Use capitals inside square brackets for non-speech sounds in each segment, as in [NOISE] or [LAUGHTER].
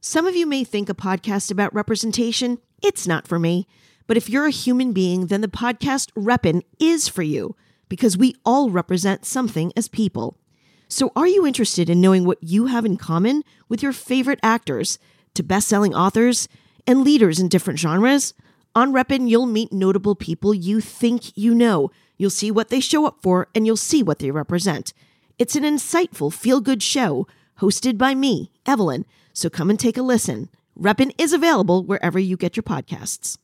Some of you may think a podcast about representation, it's not for me. But if you're a human being, then the podcast Reppin' is for you because we all represent something as people. So are you interested in knowing what you have in common with your favorite actors, to best-selling authors, and leaders in different genres? On Reppin', you'll meet notable people you think you know. You'll see what they show up for and you'll see what they represent. It's an insightful, feel-good show hosted by me, Evelyn. So come and take a listen. Reppin' is available wherever you get your podcasts.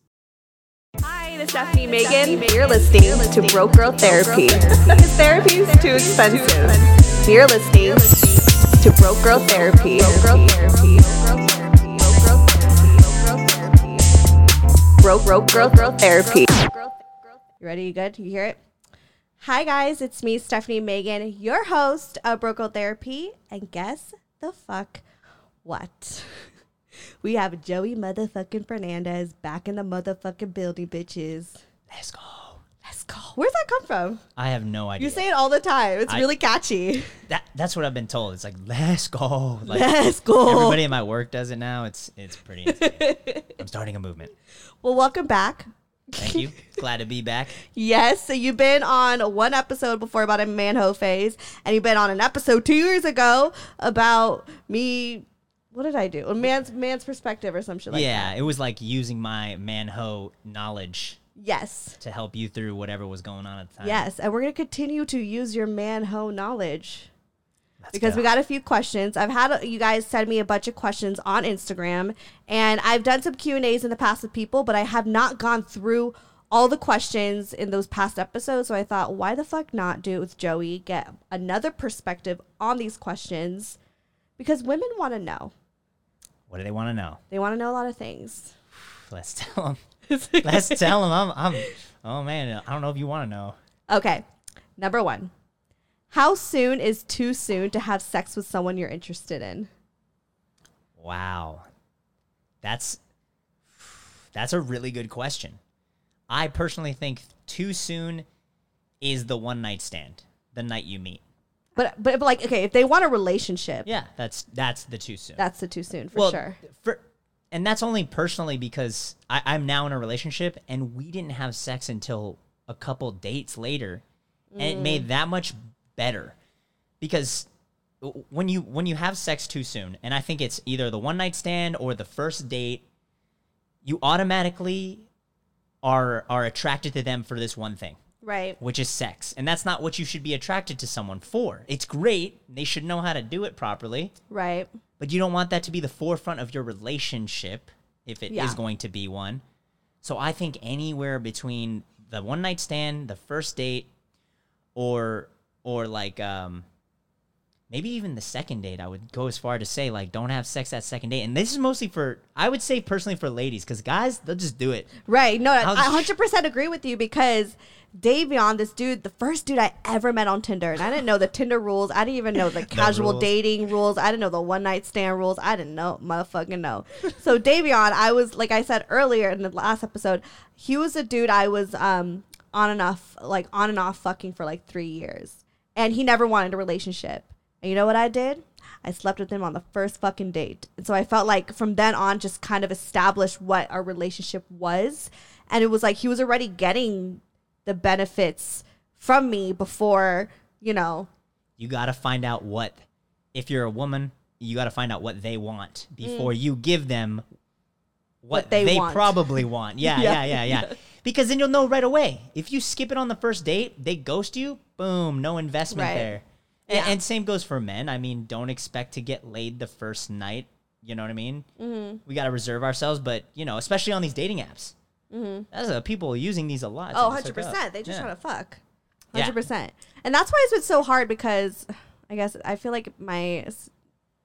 Hi, this is Stephanie Megan. You're listening to Broke Girl Therapy. Because therapy is too expensive. You're listening to Broke Girl Therapy. Broke Broke Girl Girl Therapy. You ready? You good? You hear it? Hi, guys. It's me, Stephanie Megan, your host of Brocal Therapy. And guess the fuck what? we have Joey motherfucking Fernandez back in the motherfucking building, bitches. Let's go. Let's go. Where's that come from? I have no idea. You say it all the time. It's I- really catchy. that that's what I've been told. It's like let's go. [LAUGHS] Like Let's go. Everybody at my work does it now. It's it's pretty [LAUGHS] insane. I'm starting a movement. Well, welcome back. Thank you. Glad to be back. Yes, so you've been on one episode before about a manho phase, and you've been on an episode two years ago about me. What did I do? A man's man's perspective or some shit [LAUGHS] like yeah, that. it was like using my man ho knowledge Yes. to help you through whatever was going on at the time. Yes, and we're gonna continue to use your manho knowledge Let's because go. we got a few questions. I've had you guys send me a bunch of questions on Instagram, and I've done some Q and A's in the past with people, but I have not gone through all the questions in those past episodes. So I thought, why the fuck not do it with Joey? Get another perspective on these questions because women want to know. What do they want to know? They want to know a lot of things. Let's tell them. Let's tell them. I'm. I'm. Oh man, I don't know if you want to know. Okay, number one. How soon is too soon to have sex with someone you're interested in? Wow. That's that's a really good question. I personally think too soon is the one night stand, the night you meet. But but, but like okay, if they want a relationship, Yeah, that's that's the too soon. that's the too soon for sure. For, and that's only personally because I, I'm now in a relationship and we didn't have sex until a couple dates later, and it made that much better because w- when you when you have sex too soon, and I think it's either the one night stand or the first date, you automatically are are attracted to them for this one thing Right. which is sex. And that's not what you should be attracted to someone for. It's great. They should know how to do it properly, Right. but you don't want that to be the forefront of your relationship if it is Yeah. going to be one. So I think anywhere between the one night stand, the first date, or or like um maybe even the second date, I would go as far to say like don't have sex that second date. And this is mostly for I would say personally for ladies cuz guys they'll just do it. Right. No, I How's- 100% agree with you because Davion, this dude, the first dude I ever met on Tinder, and I didn't know the Tinder rules. I didn't even know the casual rules. dating rules. I didn't know the one night stand rules. I didn't know, motherfucking know. so [LAUGHS] Davion, I was like I said earlier in the last episode, he was a dude I was um on and off, like on and off fucking for like three years, and he never wanted a relationship. And you know what I did? I slept with him on the first fucking date. And so I felt like from then on, just kind of established what our relationship was. And it was like he was already getting the benefits from me before, you know, you got to find out what if you're a woman you got to find out what they want before you give them what, Mm. What they they, want. [LAUGHS] probably want yeah Yeah, yeah yeah yeah, because then you'll know right away if you skip it on the first date they ghost you boom no investment Right. there and, Yeah. and same goes for men i mean don't expect to get laid the first night you know what i mean mm-hmm. we got to reserve ourselves but you know especially on these dating apps mm-hmm. that's uh, people using these a lot so oh, it's like, 100%. They just yeah. want to fuck. Yeah. 100%. And that's why it's been so hard because I guess I feel like my s-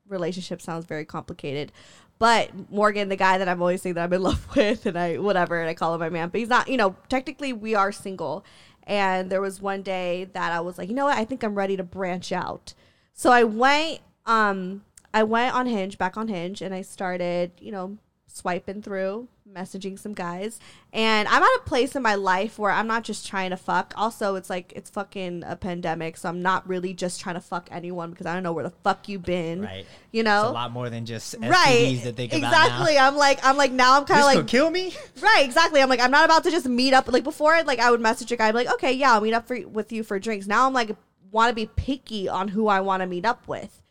relationship sounds very complicated. But Morgan, the guy that I'm always saying that I'm in [LAUGHS] love with, and I whatever, and I call him my man, but he's not. You know, technically we are single. And there was one day that I was like, you know what? I think I'm ready to branch out. So I went, um, I went on Hinge, back on Hinge, and I started, you know, swiping through, messaging some guys, and I'm at a place in my life where I'm not just trying to fuck. Also, it's like it's fucking a pandemic, so I'm not really just trying to fuck anyone because I don't know where the fuck you been. Right. You It's a know. lot more than just STDs Right. that think about now. exactly. I'm like I'm like now I'm kind This of like could kill me. Right, exactly. I'm like, I'm not about to just meet up. Like before, like I would message a guy, I'd be like, okay, yeah, I'll meet up for, with you for drinks. Now I'm like, want to be picky on who I want to meet up with.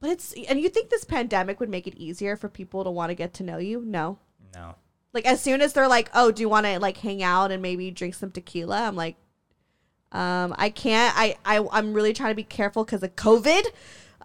But it's and you think this pandemic would make it easier for people to want to get to know you? No. No. Like as soon as they're like, oh, do you want to like hang out and maybe drink some tequila? I'm like, um, I can't. I I I'm really trying to be careful because of COVID.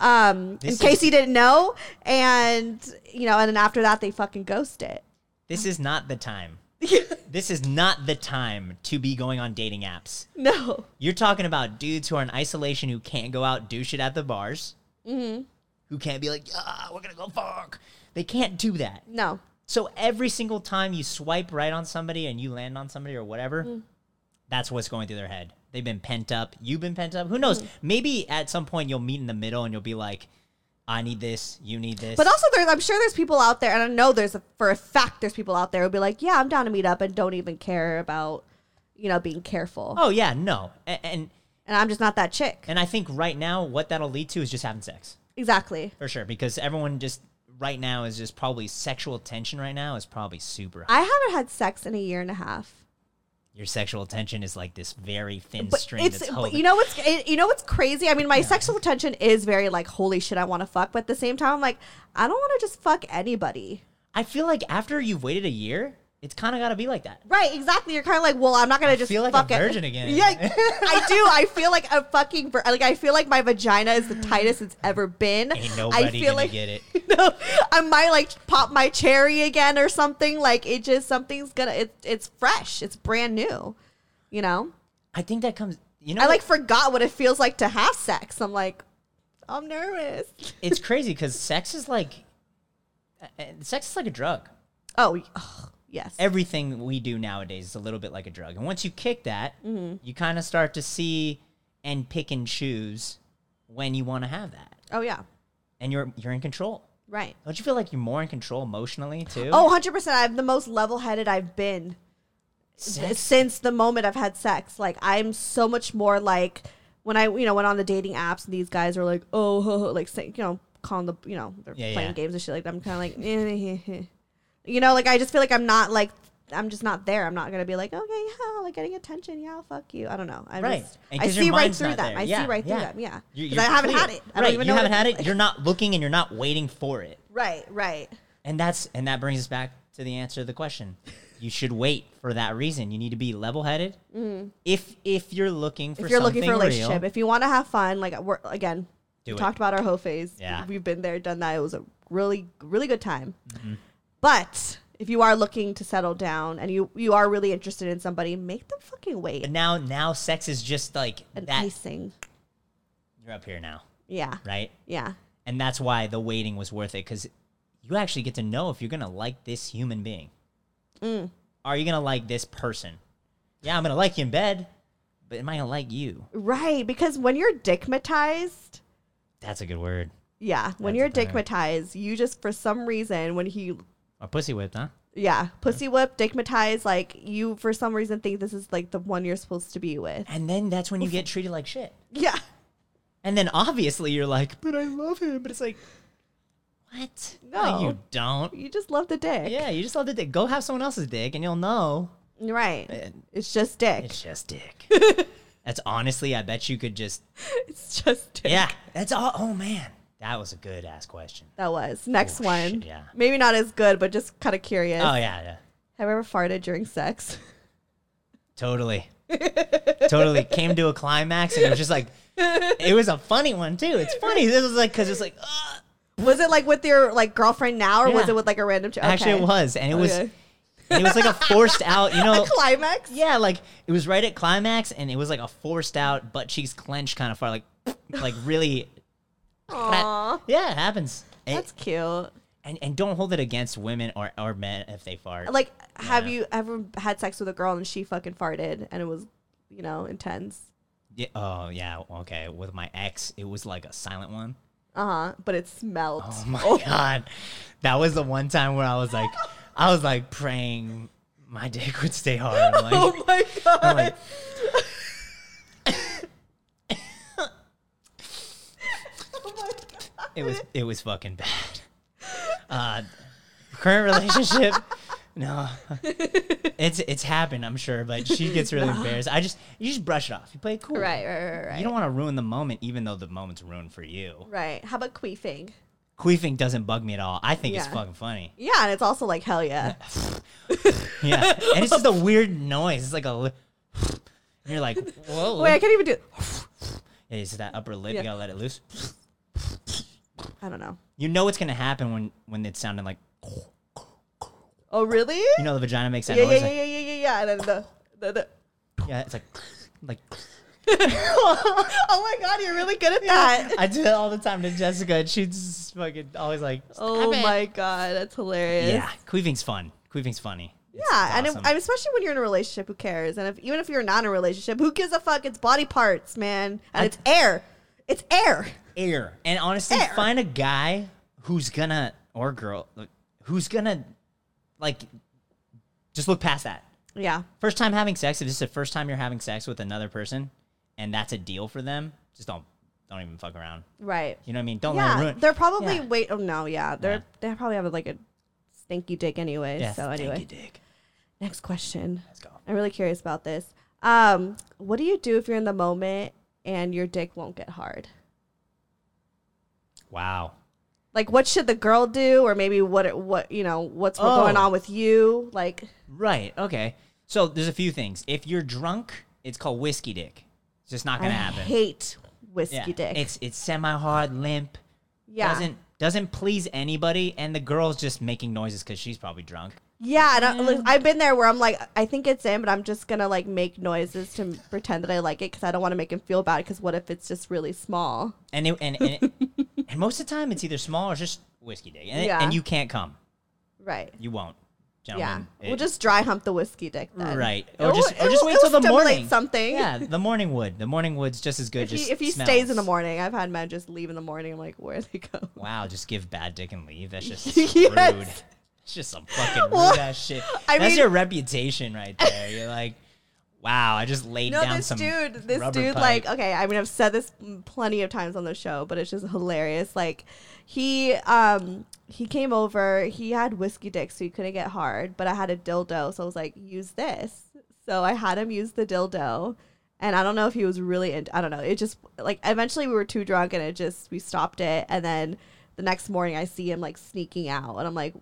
Um, in This is- case you didn't know, and you know, and then after that they fucking ghost it. This is not the time. [LAUGHS] this is not the time to be going on dating apps. No. You're talking about dudes who are in isolation who can't go out do shit at the bars. Mm-hmm. Who can't be like, ah, we're gonna go fuck. They can't do that. No. So every single time you swipe right on somebody and you land on somebody or whatever, Mm. that's what's going through their head. They've been pent up. You've been pent up. Who knows? Mm. Maybe at some point you'll meet in the middle and you'll be like, I need this. You need this. But also, there's, I'm sure there's people out there, and I know there's a, for a fact there's people out there who'll be like, yeah, I'm down to meet up and don't even care about, you know, being careful. oh yeah, no. A- and And I'm just not that chick. and I think right now what that'll lead to is just having sex. exactly. For sure, because everyone just right now is just probably sexual tension right now is probably super I high. haven't had sex in a year and a half. Your sexual tension is like this very thin But string it's that's but holding. you know what's it, you know what's crazy. I mean, my sexual tension is very like holy shit, I want to fuck. But at the same time, I'm like, I don't want to just fuck anybody. I feel like after you've waited a year, it's kind of got to be like that. Right, exactly. You're kind of like, well, I'm not gonna just feel like a fuck it. virgin again. Yeah, [LAUGHS] I do. I feel like a fucking vir- like I feel like my vagina is the tightest it's ever been. Ain't nobody I feel gonna like, get it. [LAUGHS] no, I might like pop my cherry again or something. Like it just something's gonna. It, it's fresh. It's brand new. You know, I think that comes. You know, I like what? forgot what it feels like to have sex. I'm like, I'm nervous. it's crazy because sex is like, uh, uh, sex is like a drug. Oh, y- ugh, yes. Everything we do nowadays is a little bit like a drug, and once you kick that, Mm-hmm. you kind of start to see and pick and choose when you want to have that, oh yeah, and you're you're in control. right. Don't you feel like you're more in control emotionally too? Oh, 100 percent. I'm the most level-headed I've been. Sex? since the moment I've had sex. Like I'm so much more like when I you know went on the dating apps and these guys are like oh ho, ho, like say, you know calling the you know they're Yeah, playing yeah. games and shit like that. I'm kind of like eh, eh, eh, eh. you know like I just feel like I'm not like I'm just not there. I'm not gonna be like okay yeah like getting attention yeah I'll fuck you I don't know I Right. just, And I 'cause your see right mind's through not them there. I Yeah, see right through yeah. them yeah You- 'Cause you're I haven't clear. had it I right. don't even you know what haven't had feels it. like. You're not looking and you're not waiting for it. [LAUGHS] right right And that's and that brings us back to the answer to the question. You should wait for that reason. You need to be level headed. If if you're looking for Mm. if you're something looking for a relationship, real, if you want to have fun, like we're again, Do we it. talked about our hoe phase. Yeah. we've been there, done that. It was a really, really good time. Mm-hmm. But if you are looking to settle down and you you are really interested in somebody, make them fucking wait. but now now sex is just like An that. icing, You're up here now, yeah, right? yeah, And that's why the waiting was worth it because you actually get to know if you're gonna like this human being. Mm. Are you gonna like this person? Yeah, I'm gonna like you in bed, but am I gonna like you? right. Because when you're dickmatized. That's a good word. Yeah, when That's you're about it. dickmatized, you just for some reason when he A pussy whipped, huh? yeah, pussy whip, dickmatized, like you for some reason think this is like the one you're supposed to be with. [LAUGHS] And then that's when you get treated like shit. Yeah. And then obviously you're like, but I love him. But it's like, what? No. you don't. You just love the dick. Yeah, you just love the dick. Go have someone else's dick and you'll know. Right. And- It's just dick. It's just dick. that's honestly, I bet you could just. [LAUGHS] It's just dick. Yeah, that's all. Oh, man. That was a good ass question. That was. Next Oh, one. shit, yeah. Maybe not as good, but just kind of curious. Oh, yeah, yeah. Have you ever farted during sex? [LAUGHS] Totally. totally came to a climax and it was just like, it was a funny one too. It's funny. This was like, because it's like, oh, ugh. Was it like with your like girlfriend now, or was Yeah. it with like a random? Ch- okay. actually it was. And it was, Okay. and it was like a forced [LAUGHS] out, you know. A [LAUGHS] climax. Yeah, like it was right at climax, and it was like a forced out butt cheeks clenched kind of far, like like really. Aw, Yeah, it happens. And, that's cute. and and don't hold it against women or or men if they fart. Like, have Yeah. you ever had sex with a girl and she fucking farted and it was, you know, intense? Yeah, oh yeah, okay. With my ex, it was like a silent one. [LAUGHS] Uh huh. But it smelled. [LAUGHS] Oh my god, that was the one time where I was like, I was like praying my dick would stay hard. I'm like, [LAUGHS] Oh my god. I'm [LAUGHS] like, Oh, it was it was fucking bad. Uh, current relationship, [LAUGHS] no, it's it's happened. I'm sure, but she gets really embarrassed. I just you just brush it off. You play it cool. [LAUGHS] Right, right, right, right. You don't want to ruin the moment, even though the moment's ruined for you. right. How about queefing? Queefing doesn't bug me at all. I think it's Yeah. fucking funny. Yeah, and it's also like hell yeah. [LAUGHS] Yeah, and it's just a weird noise. It's like a. li- And you're like, whoa. Wait, I can't even do. Yeah, it's that upper lip. Yeah. You gotta let it loose. I don't know. You know what's gonna happen when when it's sounding like. Oh really? You know the vagina makes that Yeah, yeah, noise. yeah, like- yeah, yeah, yeah, yeah. And then the, the, the [LAUGHS] yeah, it's like, like. oh my god, you're really good at [LAUGHS] that. I do that all the time to Jessica, and she's fucking always like, Oh my god, that's hilarious. yeah, queefing's fun. Queefing's funny. It's- Yeah, it's and, it, awesome. and especially when you're in a relationship, who cares? And if even if you're not in a relationship, who gives a fuck? It's body parts, man, and it's air. It's air. air. And honestly, Air. find a guy who's gonna or girl like, who's gonna like just look past that. Yeah, First time having sex, if this is the first time you're having sex with another person, and that's a deal for them, just don't don't even fuck around. right. You know what I mean? Don't let it yeah, ruin. they're probably Yeah. wait. Oh no, yeah, they're Oh, Yeah. they probably have like a stinky dick anyway. yeah, so anyway, stanky dick. next question. Let's go. I'm really curious about this. Um, what do you do if you're in the moment and your dick won't get hard? Wow. Like, what should the girl do, or maybe what what you know what's going Oh. on with you? Like, Right. Okay. So there's a few things. If you're drunk, it's called whiskey dick. It's just not I gonna happen. hate whiskey Yeah. dick. It's it's semi hard, limp. yeah, Doesn't doesn't please anybody, and the girl's just making noises because she's probably drunk. yeah. And I, Mm. look, I've been there where I'm like, I think it's in, but I'm just gonna like make noises to pretend that I like it because I don't want to make him feel bad. Because what if it's just really small? And it, and and, [LAUGHS] and most of the time, it's either small or just whiskey dick, and, Yeah. and you can't come. Right. You won't, Yeah, gentlemen. we'll It- just dry hump the whiskey dick then. right, It or will- just it or just will- wait it will till the stimulate morning. Something. [LAUGHS] Yeah, the morning wood. The morning wood's just as good. If just he, if he stays in the smells. morning, I've had men just leave in the morning. I'm like, where they go? Wow, just give bad dick and leave. [LAUGHS] That's just Yes. rude. It's just some [LAUGHS] fucking rude Well, ass shit. I That's mean- your reputation [LAUGHS] right there. You're like, wow, I just laid No, down this some dude, this rubber dude, pipe. like, okay, I mean, I've said this plenty of times on the show, but it's just hilarious. Like, he, um, he came over. He had whiskey dick, so he couldn't get hard. But I had a dildo, so I was like, use this. So I had him use the dildo, and I don't know if he was really into. I don't know. It just like eventually we were too drunk, and it just we stopped it. And then the next morning, I see him like sneaking out, and I'm like,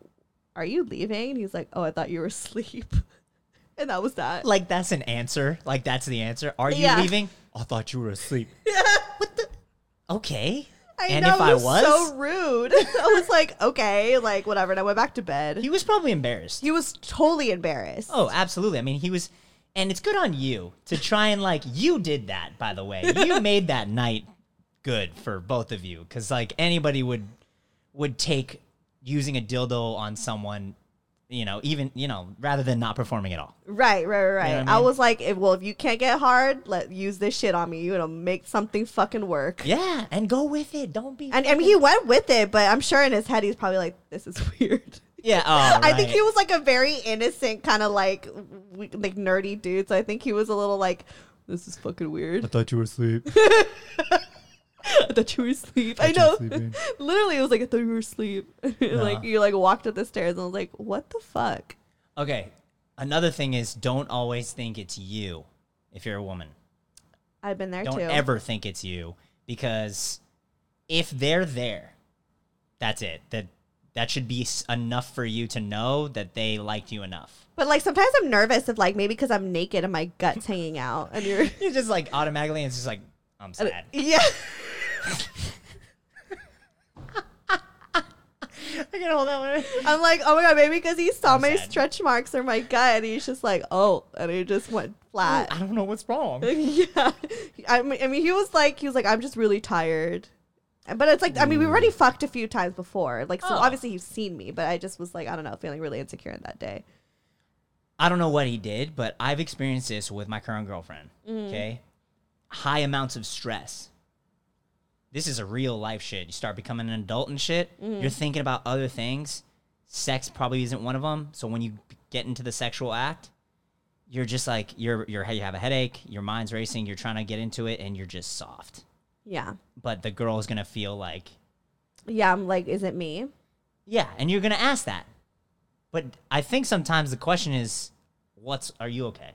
"Are you leaving?" And he's like, "Oh, I thought you were [LAUGHS] asleep." And that was that. Like, that's an answer. Like that's the answer. Are you Yeah. leaving? I thought you [LAUGHS] were asleep. Okay. I and know, if it I was, so rude. [LAUGHS] I was like, okay, like whatever, and I went back to bed. he was probably embarrassed. He was totally embarrassed. Oh, absolutely. I mean, he was, and it's good on you to try and like you did that. By the way, [LAUGHS] you made that night good for both of you because like anybody would would take using a dildo on someone, you know, even you know rather than not performing at all. Right, right, right. right. You know what I I, mean? was like, if, well, if you can't get hard, let use this shit on me. You know, make something fucking work. Yeah, and go with it. Don't be. And I mean, he went with it, but I'm sure in his head he's probably like, this is [LAUGHS] weird. yeah, oh, I think right. he was like a very innocent kind of like w- like nerdy dude. So I think he was a little like, this is fucking weird. [LAUGHS] thought you were asleep. I thought you were asleep. I thought you were know. sleeping. [LAUGHS] Literally, it was like I thought you were asleep. [LAUGHS] like you like walked up the stairs and I was like, what the fuck? Okay, another thing is don't always think it's you if you're a woman. I've been there don't too. ever think it's you because if they're there that's it that that should be s- enough for you to know that they liked you enough but like sometimes I'm nervous of like maybe because I'm naked and my guts hanging out and you're [LAUGHS] you just like automatically it's just like i'm sad yeah. i can hold that one I'm like, oh my god, maybe because he saw I'm my sad. stretch marks or my gut and he's just like, oh, and it just went flat. i don't know what's wrong [LAUGHS] yeah, I mean, I mean, he was like, he was like, I'm just really tired. But it's like, I mean, we already fucked a few times before. Like, so obviously he's seen me, but I just was like, I don't know, feeling really insecure in that day. I don't know what he did, but I've experienced this with my current girlfriend. Mm-hmm. Okay. High amounts of stress. Mm-hmm. This is a real life shit. You start becoming an adult and shit, you're thinking about other things. sex probably isn't one of them. So when you get into the sexual act, you're just like you're you're you have a headache, your mind's racing, you're trying to get into it, and you're just soft. Yeah. But the girl is gonna feel like Yeah. I'm like, is it me? yeah, and you're gonna ask that. But I think sometimes the question is, what's are you okay?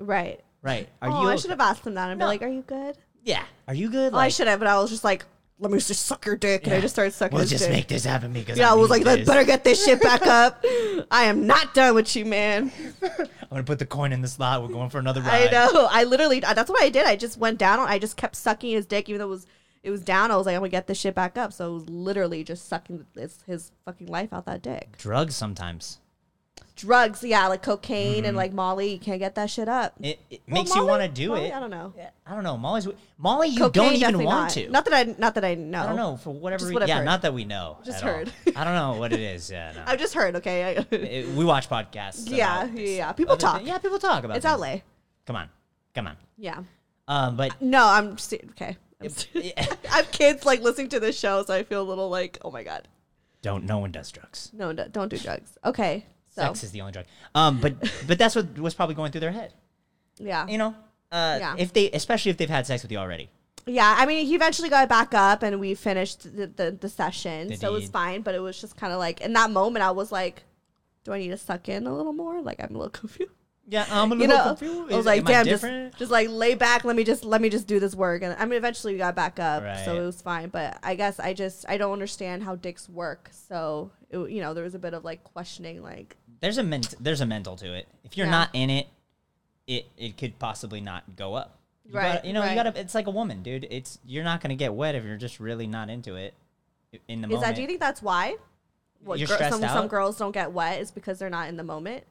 Right. Right? Are oh, you? I okay? should have asked him that and No. be like, are you good? Yeah. Are you good? Well, Oh, I should have, but I was just like, let me just suck your dick. And I just started sucking We'll his just dick. make this happen because yeah, I was like, need let this. better get this shit back up. I am not done with you, man. I'm gonna put the coin in the slot. We're going for another I ride. know. I literally. That's what I did. I just went down. on I just kept sucking his dick, even though it was it was down. I was like, I'm gonna get this shit back up. So it was literally just sucking his, his fucking life out that dick. Drugs sometimes. Drugs, yeah, like cocaine and like Molly. You can't get that shit up. It, Well, it Mm-hmm. makes you Molly- want to do Molly, it. I don't know. I don't know. Molly's Molly. You Cocaine, don't even definitely want not. to. Not that I. Not that I know. I don't know for whatever Just reason. what I've yeah, heard. not that we know. Just at all. heard. I don't know what it is. Yeah, [LAUGHS] no. I've just heard. Okay. I- It- we watch podcasts. [LAUGHS] about Yeah, this yeah, and people other thi- talk. yeah, people talk about. it's things. LA. Come on, come on. Yeah. [LAUGHS] Um, but No, I'm just, okay. I'm just- yeah. [LAUGHS] I have kids like listening to this show, so I feel a little like, oh my god, [LAUGHS] don't. No one does drugs. no, no don't do drugs. Okay. So Sex is the only drug. Um, but but that's what was probably going through their head. yeah. You know, uh, Yeah. if they, especially if they've had sex with you already. Yeah, I mean, he eventually got back up and we finished the, the, the session. Did so it was he- fine, but it was just kind of like, in that moment, I was like, do I need to suck in a little more? Like, I'm a little [LAUGHS] confused. Yeah, I'm a You little know, confused. I was Is- like, am damn, just, different? just like lay back. Let me just, let me just do this work. And I mean, eventually we got back up, so Right. it was fine. But I guess I just, I don't understand how dicks work. So, it, w- you know, there was a bit of like questioning, like, there's a ment- there's a mental to it. If you're Yeah. not in it, it it could possibly not go up. You Right, gotta- you know, you right. gotta. It's like a woman, dude. It's you're not gonna get wet if you're just really not into it i- in the is moment. that, do you think that's why? What You're gir- stressed some, some out? girls don't get wet is because they're not in the moment.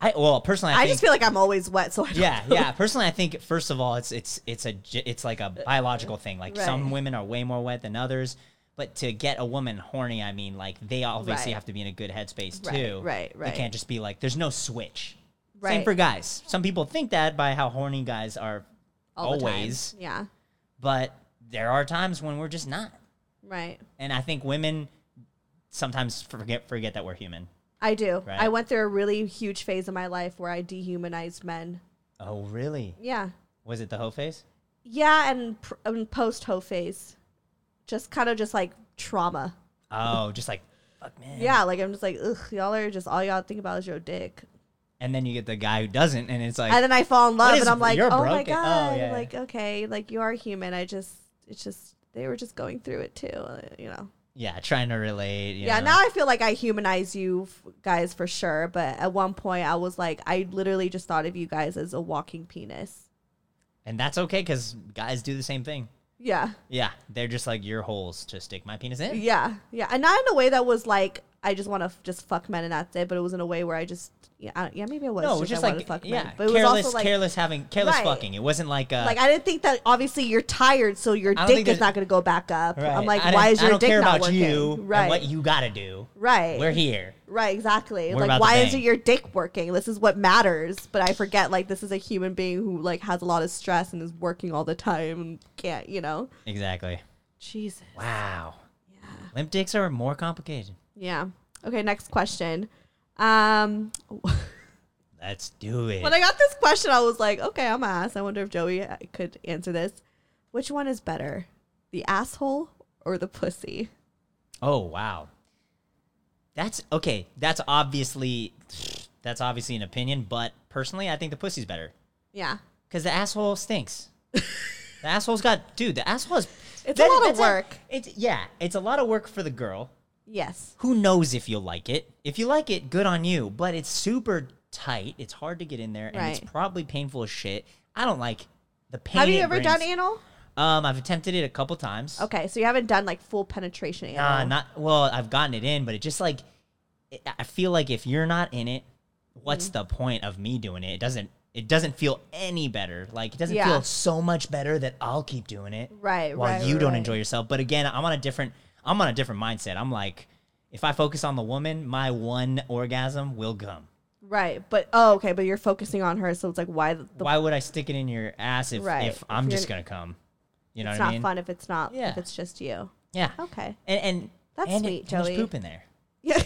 I well, personally, I, I, think, just feel like I'm always wet, so I don't [LAUGHS] yeah, yeah. Personally, I think first of all, it's it's it's a ge- it's like a biological thing. Like Right. some women are way more wet than others. But to get a woman horny, I mean, like they obviously Right. have to be in a good headspace Right, too. right, right. They can't just be like, there's no switch. Same Right. for guys. Some people think that by how horny guys are all the time. always. Yeah. but there are times when we're just not. Right. And I think women sometimes forget forget that we're human. I do. Right. I went through a really huge phase in my life where I dehumanized men. Oh, really? Yeah. Was it the hoe face? Yeah, and, pr- and post hoe phase. Just kind of just like trauma. Oh, just like fuck man. Yeah, like I'm just like, ugh, y'all are just all y'all think about is your dick. And then you get the guy who doesn't and it's like And then I fall in love is- and I'm like, you're oh my broken. Oh, God. yeah, yeah. Like, okay, like you are human. I just, it's just, they were just going through it too, uh, you know. yeah, trying to relate. you Yeah, know. now I feel like I humanize you f- guys for sure. But at one point, I was like, I literally just thought of you guys as a walking penis. and that's okay cuz guys do the same thing. Yeah, Yeah, they're just like your holes to stick my penis in. yeah, yeah, and not in a way that was like I just want to f- just fuck men and that's it. But it was in a way where I just yeah, I, yeah, maybe it was No, it just, was just I wanted like to fuck yeah, men. But it was careless, also like careless having careless Right. fucking. It wasn't like uh, like I didn't think that obviously you're tired, so your don't think dick is there's- not going to go back up. right, I'm like, I why don't- is your I don't dick care not about working? you and right, what you got to do. right, We're here. Right, exactly. We're like, about to why isn't bang. your dick working? This is what matters. But I forget, like, this is a human being who like has a lot of stress and is working all the time and can't, you know. Exactly. Jesus. Wow. Limp dicks are more complicated. Yeah. Okay. Next question. Um, Let's do it. when I got this question, I was like, okay, I'm ass. I wonder if Joey uh, could answer this. Which one is better, the asshole or the pussy? oh wow. That's okay. That's obviously that's obviously an opinion, but personally, I think the pussy's better Yeah. because the asshole stinks. the asshole's got dude. The asshole is. It's a lot of that's work. it's yeah. It's a lot of work for the girl. Yes. Who knows if you'll like it? If you like it, good on you. But it's super tight. It's hard to get in there, and Right. it's probably painful as shit. I don't like the pain. Have you it ever brings. done anal? Um, I've attempted it a couple times. Okay, so you haven't done like full penetration anal. Nah, not well. I've gotten it in, but it just like it, I feel like if you're not in it, Mm-hmm. what's the point of me doing it? It doesn't. It doesn't feel any better. Like it doesn't Yeah. feel so much better that I'll keep doing it. Right, While right, you don't right. enjoy yourself. But again, I'm on a different. I'm on a different mindset. I'm like, if I focus on the woman, my one orgasm will come. Right, but oh, okay, but you're focusing on her, so it's like why the Why would I stick it in your ass if, Right. if If I'm just you're- gonna come? You know it's what not I mean? fun if it's not Yeah. if it's just you. Yeah. Okay. [LAUGHS] And and That's and it- sweet, and there's Joey. poop in there. Yeah.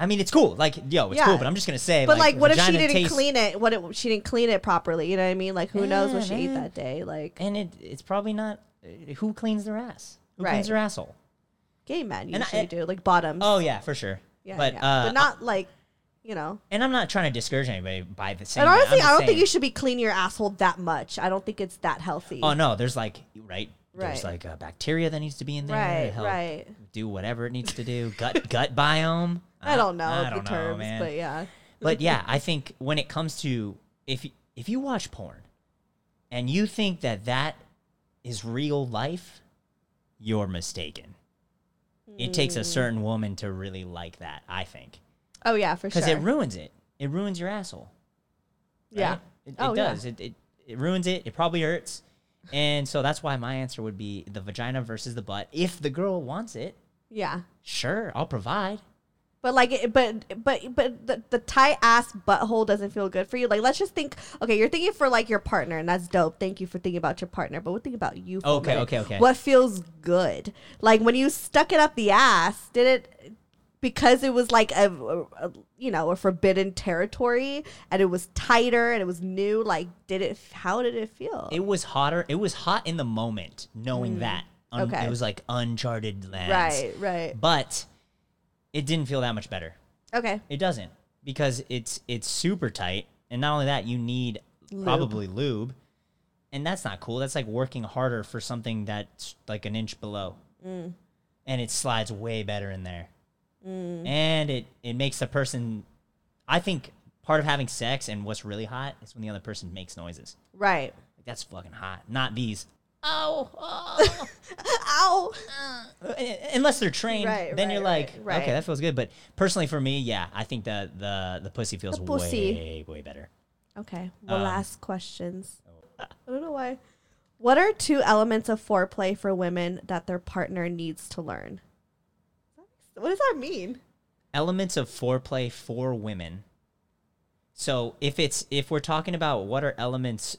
I mean, it's cool. Like, yo, it's Yeah. cool. But I'm just gonna say, But like, what if she vagina didn't tastes- clean it? What if she didn't clean it properly? You know what I mean? Like, who knows what Yeah, she ate man. that day? Like, And it, it's probably not. uh, Who cleans their ass? Who Right. cleans their asshole? gay men And I- usually do, like bottoms. Oh yeah, for sure. yeah, but yeah. Uh, but not like, you know. And I'm not trying to discourage anybody by the same. And way. I'm honestly, just I don't saying- think you should be cleaning your asshole that much. I don't think it's that healthy. Oh no, there's like right. There's Right. like a bacteria that needs to be in there. Right, Hell, right. Do whatever it needs to do. gut gut biome. [LAUGHS] I don't know I the don't know, terms, man. but yeah. but yeah, I think when it comes to if y- if you watch porn and you think that that is real life, you're mistaken. It takes a certain woman to really like that, I think, Oh yeah, Hmm. for sure. because it ruins it. It ruins your asshole. yeah. right? It, it oh, yeah. does. It, it it ruins it. It probably hurts, and so that's why my answer would be the vagina versus the butt. If the girl wants it, Yeah. sure, I'll provide. But like, it- but but but the, the tight ass butthole doesn't feel good for you. Like, let's just think. Okay, you're thinking for like your partner, and that's dope. Thank you for thinking about your partner. But we'll think about you. For a Okay, minute. okay, okay. What feels good? Like when you stuck it up the ass, did it because it was like a, a- you know a forbidden territory, and it was tighter and it was new. Like, did it? How did it feel? It was hotter. It was hot in the moment, knowing that. Un- Mm. Okay. It was like uncharted lands. right, right. But it didn't feel that much better. Okay. It doesn't because it's it's super tight, and not only that, you need probably lube, and that's not cool. That's like working harder for something that's like an inch below, Mm. and it slides way better in there, Mm. and it it makes the person. I think part of having sex and what's really hot is when the other person makes noises. Right. Like, that's fucking hot. Not these. Oh, [LAUGHS] Ow. Uh, Unless they're trained, Right, then right, you're like, right, right. okay, that feels good. But personally, for me, yeah, I think the the the pussy feels The pussy. way way better. Okay. Well, Um, oh. last questions. I don't know why. What are two elements of foreplay for women that their partner needs to learn? What does that mean? Elements of foreplay for women. So if it's if we're talking about what are elements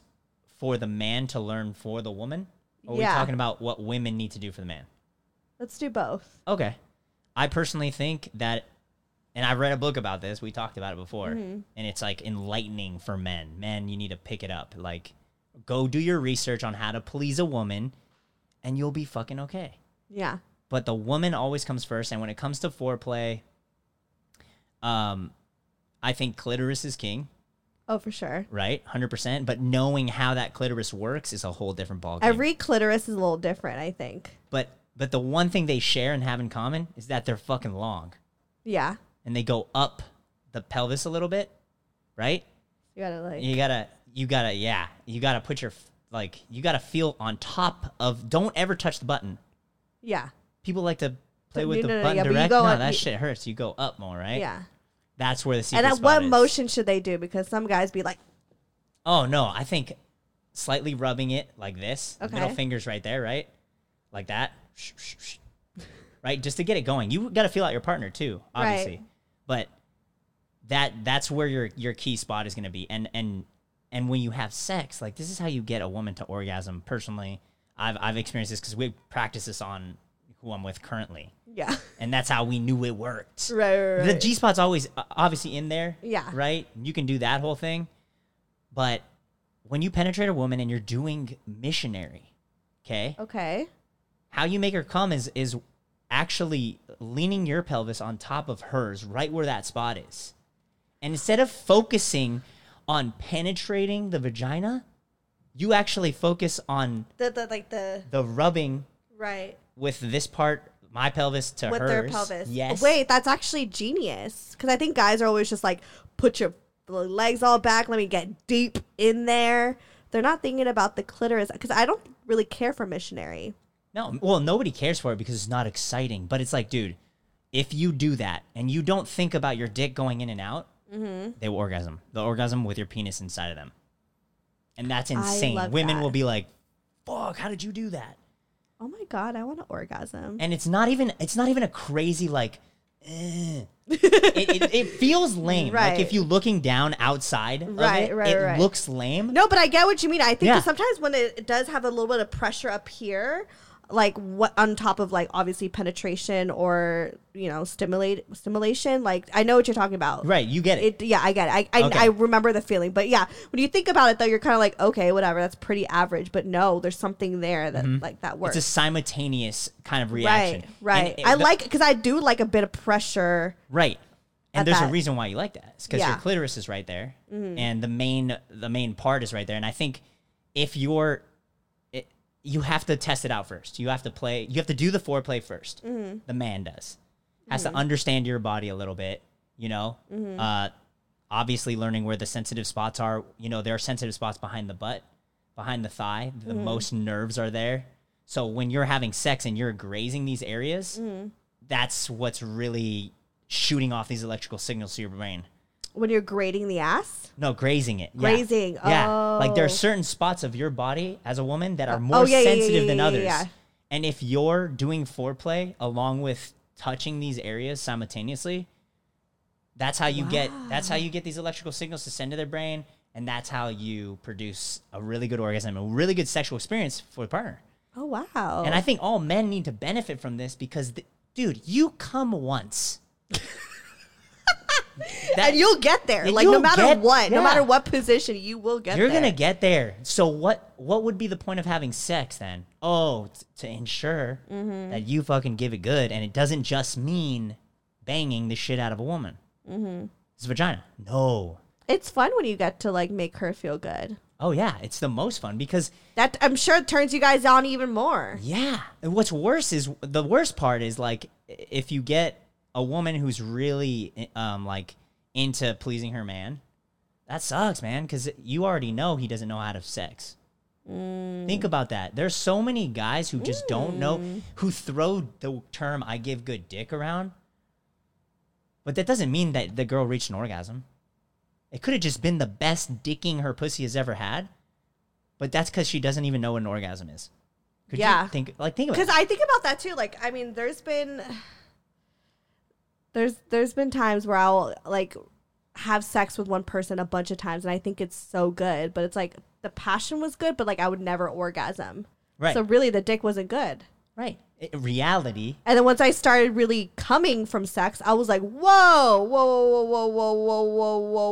for the man to learn for the woman, or are we Yeah. talking about what women need to do for the man? Let's do both. Okay. I personally think that, and I read a book about this. We talked about it before, and it's like enlightening for men. Men, you need to pick it up. Like, go do your research on how to please a woman, and you'll be fucking okay. Yeah. But the woman always comes first, and when it comes to foreplay, um, I think clitoris is king, Oh, for sure. right? Hundred percent. But knowing how that clitoris works is a whole different ballgame. Every clitoris is a little different, I think. but but the one thing they share and have in common is that they're fucking long. Yeah. and they go up the pelvis a little bit, right? You gotta like. You gotta, you gotta, yeah, you gotta put your like, you gotta feel on top of. Don't ever touch the button. Yeah. People like to play No, with the no, no, button yeah, but you direct. go no, up- that you- shit hurts. You go up more, right? Yeah. That's where the secret And at spot what is. motion should they do? Because some guys be like, Oh no, I think slightly rubbing it like this. The Middle Okay. fingers right there, right? Like that. Sh- sh- sh- Right, just to get it going. You got to feel out your partner too, obviously. Right. But that that's where your your key spot is going to be. And and and when you have sex, like this is how you get a woman to orgasm. Personally, I've I've experienced this because we practice this on who I'm with currently, yeah. and that's how we knew it worked. right, right, The right. G spot's always uh, obviously in there. Yeah. Right? You can do that whole thing. But when you penetrate a woman and you're doing missionary, okay? okay. How you make her come is is actually leaning your pelvis on top of hers, right where that spot is. And instead of focusing on penetrating the vagina, you actually focus on The, the like the the rubbing right with this part, my pelvis to with hers. their pelvis. Yes. Wait, that's actually genius. Because I think guys are always just like, put your legs all back. Let me get deep in there. They're not thinking about the clitoris. Because I don't really care for missionary. No, well, nobody cares for it because it's not exciting. But it's like, dude, if you do that and you don't think about your dick going in and out, Mm-hmm. they will orgasm. They'll orgasm with your penis inside of them, and that's insane. love Women that. will be like, "Fuck, how did you do that?" Oh my god, I want an orgasm. And it's not even it's not even a crazy like. eh. it, [LAUGHS] it, it feels lame. Like if Right. you looking down outside, of Right, it, right, it right. looks lame. no, but I get what you mean. I think Yeah. sometimes when it, it does have a little bit of pressure up here, like what on top of like obviously penetration or you know stimulate stimulation like i know what you're talking about Right, you get it. it yeah i get it i i, Okay. I remember the feeling but yeah when you think about it though you're kind of like okay whatever that's pretty average but no there's something there that like that works Mm-hmm. It's a simultaneous kind of reaction. right right And it- i the- like because i do like a bit of pressure Right. at And there's that. a reason why you like that. It's because Yeah. Mm-hmm. your clitoris is right there, and the main the main part is right there. And I think if you're, it, you have to test it out first. You have to play. You have to do the foreplay 1st Mm-hmm. The man does has to understand your body a little bit. You know, Mm-hmm. uh, obviously learning where the sensitive spots are. You know, there are sensitive spots behind the butt, behind the thigh. The Mm-hmm. most nerves are there. So when you're having sex and you're grazing these areas, Mm-hmm. that's what's really shooting off these electrical signals to your brain. when you're grading the ass No, grazing it. Yeah. Grazing. Yeah. Like there Oh. are certain spots of your body as a woman that are more yeah, yeah, yeah, sensitive yeah, than yeah, others. yeah. And if you're doing foreplay along with touching these areas simultaneously, that's how you get that's how you get these electrical signals to send to their brain and that's how you produce a really good orgasm, a really good sexual experience for the partner. oh wow And I think all men need to benefit from this because, th- dude, you come once. that, and you'll get there And like no you'll matter get- what no yeah. matter what position you will get you're there. gonna get there. So what? What would be the point of having sex then? Oh, t- to ensure Mm-hmm. that you fucking give it good, and it doesn't just mean banging the shit out of a woman. Mm-hmm. It's a vagina. No. it's fun when you get to like make her feel good Oh yeah, it's the most fun because that i'm sure it turns you guys on even more Yeah. And what's worse is the worst part is like if you get a woman who's really um like into pleasing her man, that sucks, man, cuz you already know he doesn't know how to have sex. Think about that. There's so many guys who just don't know who throw the term I give good dick around. But that doesn't mean that the girl reached an orgasm. It could have just been the best dicking her pussy has ever had. But that's cuz she doesn't even know what an orgasm is. Could Yeah. you think like think about because it. I think about that too. Like, I mean, there's been there's there's been times where I'll like have sex with one person a bunch of times, and I think it's so good, but it's like the passion was good, but like I would never orgasm. Right. So really, the dick wasn't good. right. I- reality. And then once I started really coming from sex, I was like, whoa, whoa, whoa, whoa, whoa, whoa, whoa, whoa, whoa, whoa,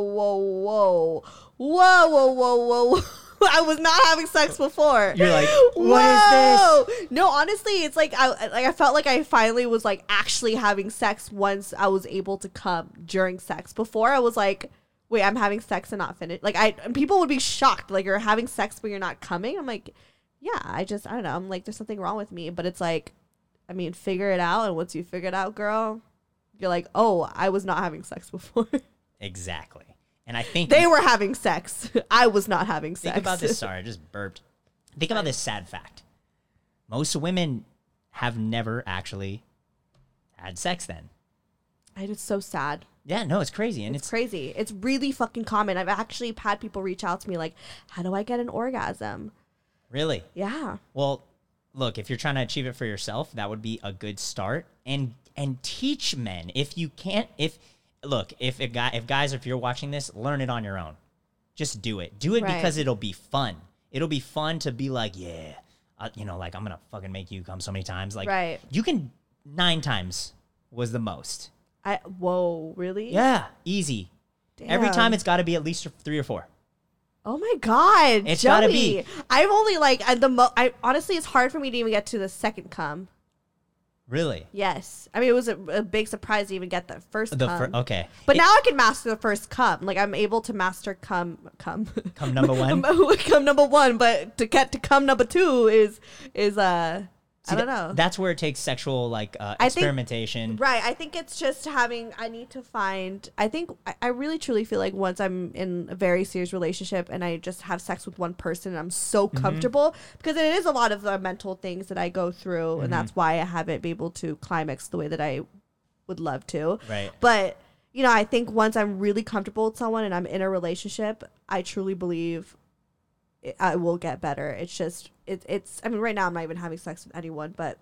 whoa, whoa, whoa, whoa. [LAUGHS] I was not having sex before. You're like, "What is this?" this? No, honestly, it's like I like I felt like I finally was like actually having sex once I was able to come during sex. Before I was like, wait, I'm having sex and not finished. Like I and people would be shocked, like you're having sex but you're not coming. I'm like, yeah, I just I don't know. I'm like, there's something wrong with me, but it's like, I mean, figure it out. And once you figure it out, girl, you're like, oh, I was not having sex before. [LAUGHS] Exactly. And I think they were having sex. [LAUGHS] I was not having sex. think about this. Sorry, I just burped. Think about this sad fact. Most women have never actually had sex then. [LAUGHS] And it's so sad. Yeah, no, it's crazy. And It's, it's, crazy. It's really fucking common. I've actually had people reach out to me like, "How do I get an orgasm?" really Yeah, Well, look, if you're trying to achieve it for yourself, that would be a good start. And and teach men if you can't if look, if a guy if guys if you're watching this, learn it on your own. Just do it. Do it Right. because it'll be fun. It'll be fun to be like, yeah, uh, you know, like I'm going to fucking make you come so many times like Right. you can 9 times was the most. I. Whoa, really? Yeah, easy. Every Damn. time it's got to be at least 3 or 4. Oh my god, It's Joey. gotta be. I've only like at the mo. I honestly, it's hard for me to even get to the second cum. Really? Yes, I mean it was a, a big surprise to even get the first The cum. fir- okay. But It- now I can master the first cum. Like I'm able to master cum cum Cum [LAUGHS] number one? cum number one, but to get to cum number two is is uh I See, don't that- know. That's where it takes sexual like uh, I think- experimentation. Right. I think it's just having, I need to find, I think, I, I really truly feel like once I'm in a very serious relationship and I just have sex with one person and I'm so comfortable, because it is a lot of the mental things that I go through, and that's why I haven't been able to climax the way that I would love to. Right. But, you know, I think once I'm really comfortable with someone and I'm in a relationship, I truly believe it, I will get better. It's just, it, it's, I mean, right now I'm not even having sex with anyone, but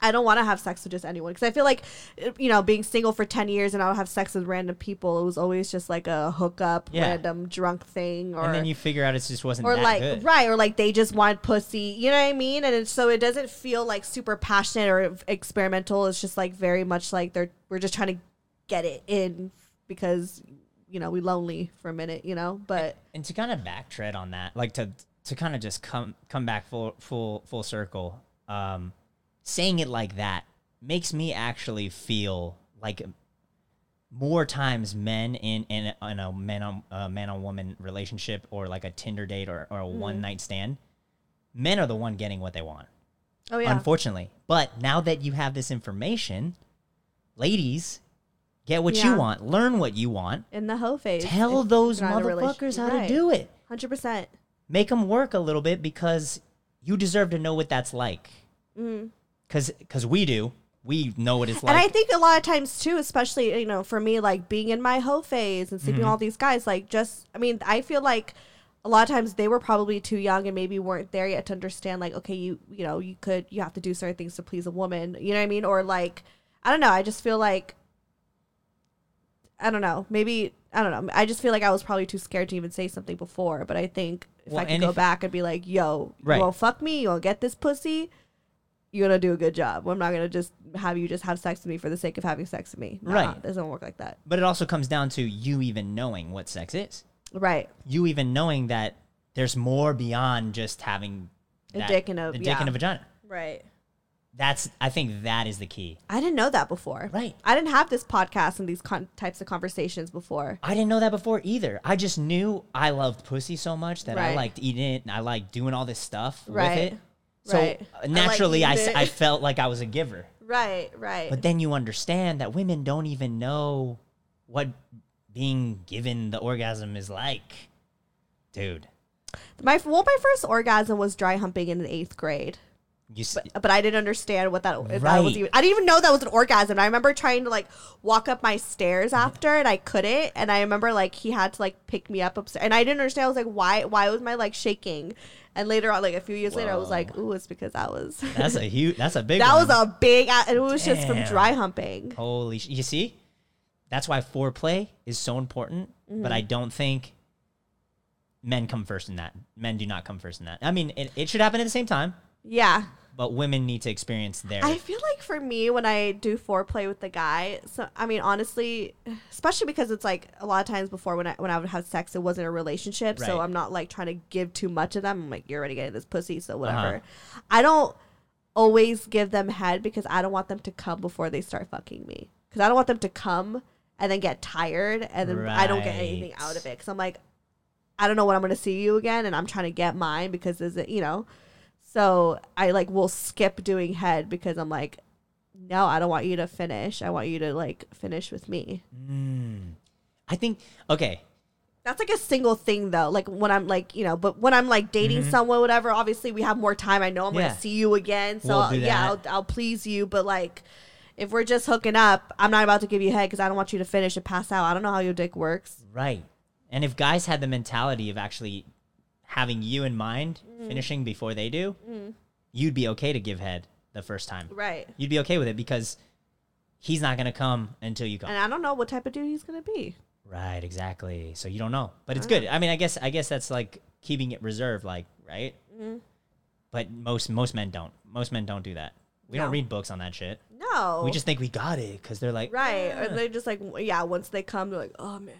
I don't want to have sex with just anyone because I feel like, uh, you know, being single for ten years and I don't have sex with random people. It was always just like a hookup, Yeah. random drunk thing, or and then you figure out it just wasn't or that like good. right or like they just want pussy you know what i mean and it's, so it doesn't feel like super passionate or experimental it's just like very much like they're we're just trying to get it in because you know we lonely for a minute you know but And to kind of backtread on that, like to to kind of just come come back full full full circle, um, saying it like that makes me actually feel like more times men in in, a- in a man on a man on woman relationship or like a Tinder date or, or a Mm-hmm. one night stand, men are the one getting what they want oh yeah unfortunately. But now that you have this information, ladies, get what Yeah. you want, learn what you want, in the hoe phase tell if those you're not in a relation- motherfuckers how Right. to do it. 100% Make them work a little bit because you deserve to know what that's like. Because we do. We know what it's like. Mm. and I think a lot of times too, especially you know, for me, like being in my hoe phase and Mm-hmm. sleeping with all these guys, like just I mean, I feel like a lot of times they were probably too young and maybe weren't there yet to understand, like, okay, you you know, you could you have to do certain things to please a woman, you know what I mean, or like I don't know, I just feel like I don't know, maybe I don't know, I just feel like I was probably too scared to even say something before, but I think if Well, I could and go if- back and be like, yo, Right. you won't fuck me, you won't get this pussy you're gonna do a good job. I'm not gonna just have you just have sex with me for the sake of having sex with me. Nah, Right. It doesn't work like that. but it also comes down to you even knowing what sex is. Right. You even knowing that there's more beyond just having A that- dick and a- the dick yeah. and a vagina. Right. That's I think that is the key. I didn't know that before. Right. I didn't have this podcast and these con- types of conversations before. I didn't know that before either. I just knew I loved pussy so much that I Right. liked eating it and I liked doing all this stuff Right. with it. So Right. uh, I like naturally, I, eating s- it. Eh. I felt like I was a giver. Right. Right. But then you understand that women don't even know what being given the orgasm is like. Dude, my well, my first orgasm was dry humping in the eighth grade. you s- but I didn't understand what that, if that was Right. even. I didn't even know that was an orgasm. I remember trying to like walk up my stairs Mm-hmm. after, and I couldn't. And I remember like he had to like pick me up upstairs, and I didn't understand. I was like, why? Why was my like shaking? And later on, like a few years later, I was like, ooh, it's because I [LAUGHS] was. that's a huge, that's a big [LAUGHS] that was one. a big. a- It was just from Damn. dry humping. Holy sh- You see? That's why foreplay is so important, but Mm-hmm. I don't think men come first in that. Men do not come first in that. I mean, it, it should happen at the same time, Yeah. but women need to experience their. I feel like for me when I do foreplay with the guy, so I mean honestly, especially because it's like a lot of times before when I when I would have sex, it wasn't a relationship, so Right. I'm not like trying to give too much of them. I'm like, you're already getting this pussy, so whatever. Uh-huh. I don't always give them head because I don't want them to come before they start fucking me because I don't want them to come and then get tired and then I don't get anything Right. out of it because I'm like, I don't know when I'm gonna see you again, and I'm trying to get mine because is it you know. So I like will skip doing head because I'm like, no, I don't want you to finish. I want you to like finish with me. I think okay, That's like a single thing though. Like when I'm like, you know, but when I'm like dating someone, whatever, obviously we have more time. I know I'm Mm-hmm. Yeah. gonna see you again. So We'll do yeah, I'll, that. I'll please you. But like, if we're just hooking up, I'm not about to give you head because I don't want you to finish and pass out. I don't know how your dick works. right? And if guys had the mentality of actually having you in mind, Mm. finishing before they do, you'd be okay to give head the first time. Right. You'd be okay with it because he's not gonna come until you come. And I don't know what type of dude he's gonna be. Right, exactly. So you don't know, but Mm. it's good. I mean, I guess I guess that's like keeping it reserved, like right. Mm-hmm. But most most men don't. Most men don't do that. We No. don't read books on that shit. No. We just think we got it because they're like, Right. Or they're just like, w- yeah, once they come, they're like, oh man.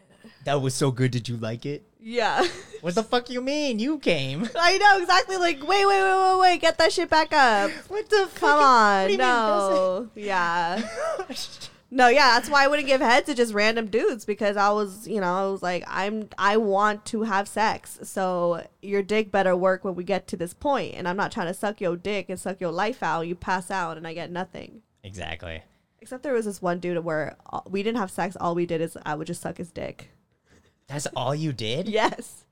that was so good. Did you like it? Yeah. [LAUGHS] What the fuck you mean? You came. I know exactly. Like, wait, wait, wait, wait, wait. Get that shit back up. What the fuck? Come on. do you mean, No. Yeah. No, yeah, that's why I wouldn't give head to just random dudes because I was, you know, I was like, I'm, I want to have sex, so your dick better work when we get to this point, and I'm not trying to suck your dick and suck your life out. You pass out, and I get nothing. Exactly. Except there was this one dude where all- we didn't have sex. All we did is I would just suck his dick. [LAUGHS] That's all you did. Yes.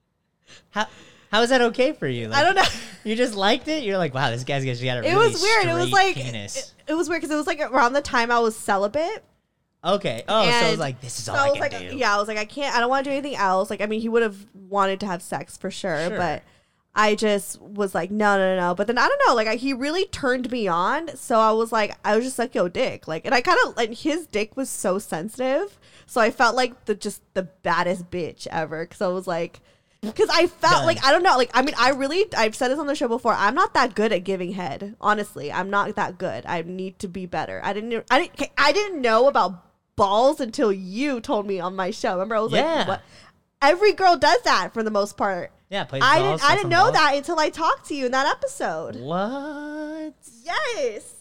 How how is that okay for you? Like, I don't know. You just liked it. You're like, wow, this guy's got a really It was weird. It was straight like penis. it, it was weird because it was like around the time I was celibate. okay. Oh, so it was And like this is so all I, was can like, do. Yeah, I was like, I can't. I don't want to do anything else. Like, I mean, he would have wanted to have sex for sure, Sure. but I just was like, no, no, no, no. But then I don't know, like I, he really turned me on. So I was like, I was just like, yo, dick, like, and I kind of like his dick was so sensitive. So I felt like the just the baddest bitch ever because I was like, because I felt Done. like I don't know, like I mean, I really I've said this on the show before. I'm not that good at giving head. Honestly, I'm not that good. I need to be better. I didn't I didn't okay, I didn't know about balls until you told me on my show. Remember, I was Yeah. like, what? Every girl does that for the most part. Yeah, plays I balls, didn't. I sucks didn't on know balls. that until I talked to you in that episode. What? Yes.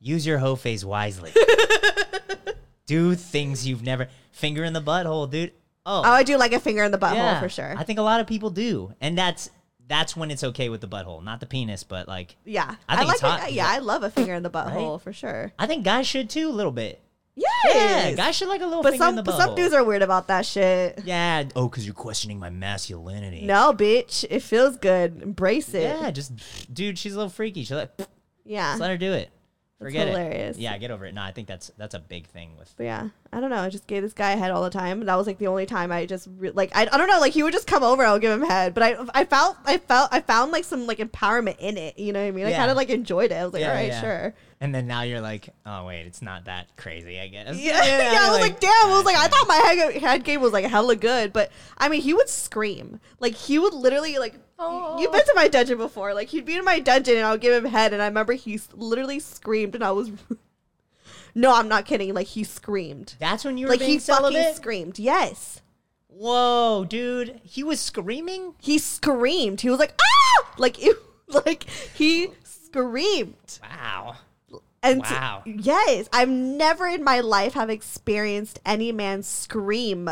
Use your hoe [LAUGHS] phase wisely. do things you've never finger in the butthole, dude. Oh, Oh, I do like a finger in the butthole yeah. for sure. I think a lot of people do, and that's that's when it's okay with the butthole, not the penis, but like yeah, I think like. it's hot. it. Yeah, I love a finger in the butthole Right? for sure. I think guys should too a little bit. Yes. Yeah, guys should like a little but finger in some the but butthole. some dudes are weird about that shit. yeah. Oh, because you're questioning my masculinity. No, bitch, it feels good. Embrace it. Yeah, just dude, she's a little freaky. She's like, Yeah. just let her do it. Forget hilarious. it. Yeah, get over it. No, I think that's that's a big thing with But yeah, I don't know. I just gave this guy a head all the time. and That was like the only time I just re- like I, I don't know. Like he would just come over, and I would give him head. But I I felt I felt I found like some like empowerment in it. You know what I mean? I Yeah. kind of like enjoyed it. I was like, Yeah, all right, yeah. sure. And then now you're like, oh wait, it's not that crazy, I guess. Yeah, [LAUGHS] yeah, I was like, damn. I was like, I thought my head, head game was like hella good, but I mean, he would scream. Like he would literally like. y- You've been to my dungeon before. Like he'd be in my dungeon, and I would give him head, and I remember he s- literally screamed, and I was. [LAUGHS] no, I'm not kidding. Like he screamed. that's when you were Like being he fucking celibate. screamed. Yes. Whoa, dude, he was screaming. he screamed. He was like, ah, like [LAUGHS] it, like he screamed. Wow. And Wow. yes, I've never in my life have experienced any man scream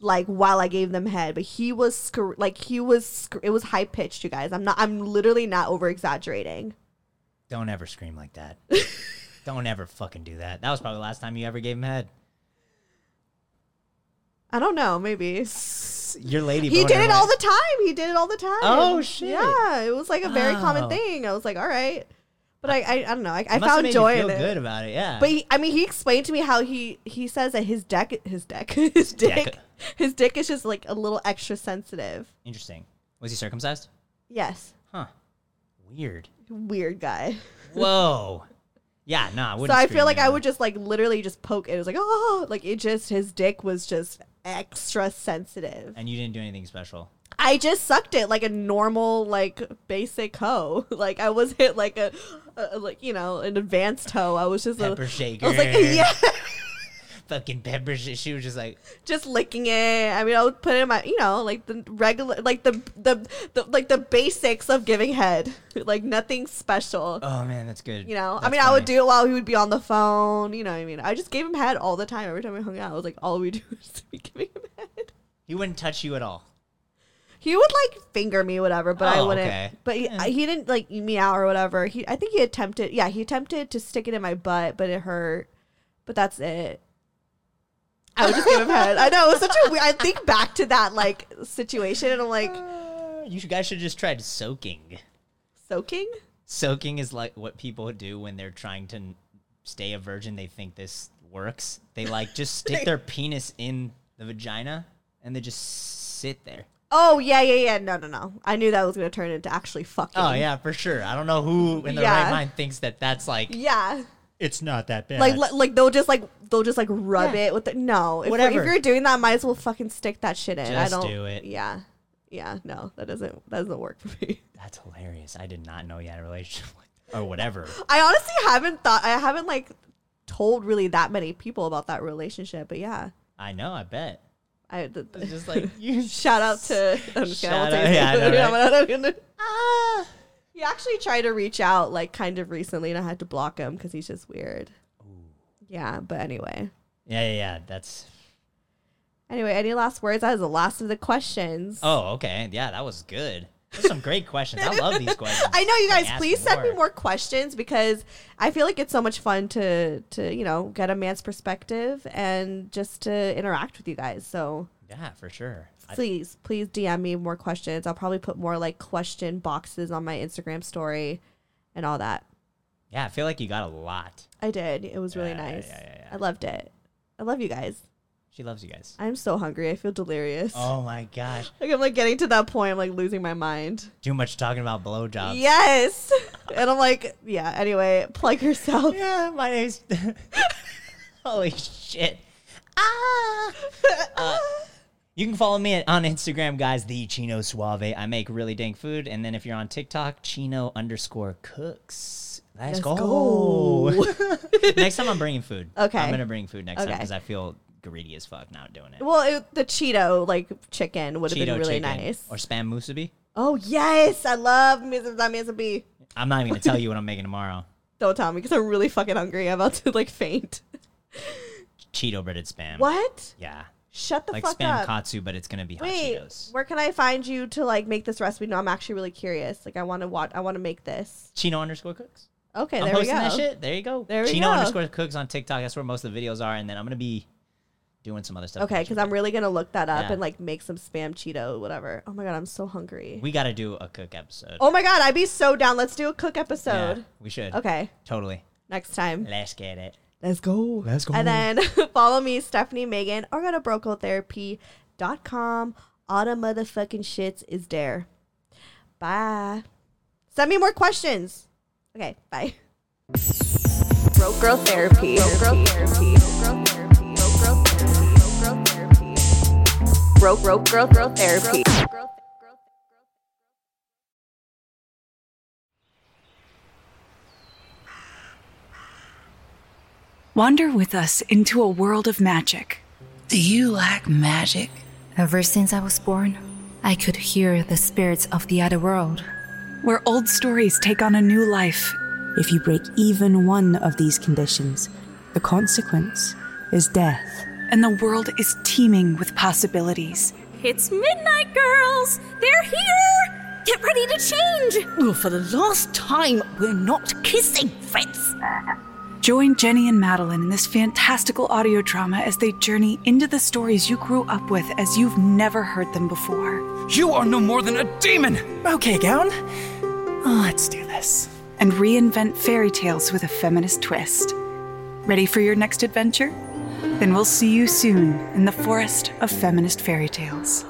like while I gave them head, but he was scr- like he was sc- it was high pitched, you guys. I'm not. I'm literally not over exaggerating. Don't ever scream like that. [LAUGHS] Don't ever fucking do that. That was probably the last time you ever gave him head. I don't know. Maybe Your lady. he boner did it all went- the time. He did it all the time. Oh, shit. Yeah, it was like a very common Wow. thing. I was like, all right, but I I, I don't know. I, I Must have found made joy you feel in it. good about it. Yeah. But he, I mean, he explained to me how he he says that his deck, his deck, [LAUGHS] his dick, deck. his dick is just like a little extra sensitive. interesting. Was he circumcised? Yes, Huh. [LAUGHS] Weird. weird guy. Whoa. Yeah. Nah. I so wouldn't I scream feel like I now. would just like literally just poke it. It was like oh, like it just his dick was just extra sensitive. And you didn't do anything special. I just sucked it like a normal like basic hoe. [LAUGHS] Like I was hit like a, a like you know an advanced hoe. I was just Pepper a, shaker. I was like [LAUGHS] yeah. Fucking pepper. Sh- she was just like. just licking it. I mean, I would put it in my, you know, like the regular, like the the, the like the basics of giving head, [LAUGHS] like nothing special. Oh man, that's good. you know, I That's mean, I would funny. do it while he would be on the phone. You know, what I mean, I just gave him head all the time. Every time I hung out, I was like, all we do [LAUGHS] is be giving him head. He wouldn't touch you at all. He would like finger me, whatever, but I Oh, wouldn't. okay. But he, Yeah. he didn't like eat me out or whatever. He, I think he attempted. Yeah, he attempted to stick it in my butt, but it hurt. But that's it. I would just give him head. I know it was such a. we- I think back to that like situation, and I'm like Uh, you guys should just try soaking. soaking. Soaking is like what people do when they're trying to n- stay a virgin. They think this works. They like [LAUGHS] just stick their penis in the vagina and they just sit there. Oh yeah, yeah, yeah. No, no, no. I knew that was gonna turn into actually fucking. Oh yeah, for sure. I don't know who in their Yeah. right mind thinks that that's like Yeah. it's not that bad. Like, li- like they'll just like they'll just like rub Yeah. it with the no. If, we're- Whatever. if you're doing that, might as well fucking stick that shit in. I Just don't do it. Yeah, yeah. No, that doesn't that doesn't work for me. [LAUGHS] that's hilarious. I did not know you had a relationship [LAUGHS] with- or whatever. I honestly haven't thought I haven't like told really that many people about that relationship, but yeah. I know. I [LAUGHS] bet. I the, the- [LAUGHS] It's just like you. shout out to I'm just kidding, I won't [LAUGHS] Shout out- say his yeah, I name. know, I'm not- I'm gonna- [LAUGHS] Ah. He actually tried to reach out like kind of recently and I had to block him cuz he's just weird. Yeah, but anyway. Yeah, yeah, yeah. That's Anyway, any last words? That is the last of the questions. Oh, okay. Yeah, that was good. Those are some great questions. I [LAUGHS] love these questions. I know you Gotta guys. ask Please send me more questions because I feel like it's so much fun to to you know get a man's perspective and just to interact with you guys. So Yeah, for sure. I- please, please DM me more questions. I'll probably put more like question boxes on my Instagram story and all that. yeah, I feel like you got a lot. I did. It was really Yeah, nice. yeah, yeah, yeah. I loved it. I love you guys. She loves you guys. I'm so hungry. I feel delirious. Oh my gosh. [LAUGHS] Like I'm like getting to that point. I'm like losing my mind. Too much talking about blowjobs. Yes. [LAUGHS] and I'm like, yeah. Anyway, plug yourself. Yeah, my name's. [LAUGHS] Holy shit. Ah. Uh, you can follow me at- on Instagram, guys, the Chino Suave. I make really dank food. And then if you're on TikTok, Chino underscore cooks. Let's, go. [LAUGHS] next time I'm bringing food. Okay. I'm going to bring food next time Okay. because I feel greedy as fuck not doing it. Well, it, the Cheeto like chicken would have been really chicken nice. Or spam musubi. oh yes, I love Mrs. Mrs. B. I'm not even going to tell you what I'm making tomorrow. Don't tell me because I'm really fucking hungry. I'm about to like faint. Cheeto breaded spam. What? Yeah. Shut the Like fuck spam up. katsu, but it's going to be hot Wait, Cheetos. where can I find you to like make this recipe? No, I'm actually really curious. Like, I want to watch. I want to make this. Chino underscore cooks. Okay, I'm there we go. posting that shit. There you go. There we Chino go. underscore cooks on TikTok. That's where most of the videos are. And then I'm gonna be doing some other stuff. Okay, because I'm really gonna look that up Yeah. and like make some spam Cheeto, whatever. Oh my god, I'm so hungry. We gotta do a cook episode. oh my god, I'd be so down. Let's do a cook Yeah, episode. we should. Okay, Totally. next time. Let's get it. Let's go. Let's go. And then [LAUGHS] follow me, Stephanie Megan, or go to brocotherapy.com. All the motherfucking shits is there. Bye. Send me more questions. Okay, bye. Broke girl therapy. Broke girl therapy. Broke girl therapy. Broke girl therapy. Broke girl therapy. Broke broke girl girl therapy. Wander with us into a world of magic. Do you lack magic? Ever since I was born, I could hear the spirits of the other world. where old stories take on a new life. If you break even one of these conditions, the consequence is death. And the world is teeming with possibilities. It's midnight, girls! They're here! Get ready to change! Well, for the last time, we're not kissing, Fritz! Join Jenny and Madeline in this fantastical audio drama as they journey into the stories you grew up with as you've never heard them before. You are no more than a demon! Okay, Gown. Oh, Let's do this. And reinvent fairy tales with a feminist twist. Ready for your next adventure? Then we'll see you soon in the forest of feminist fairy tales.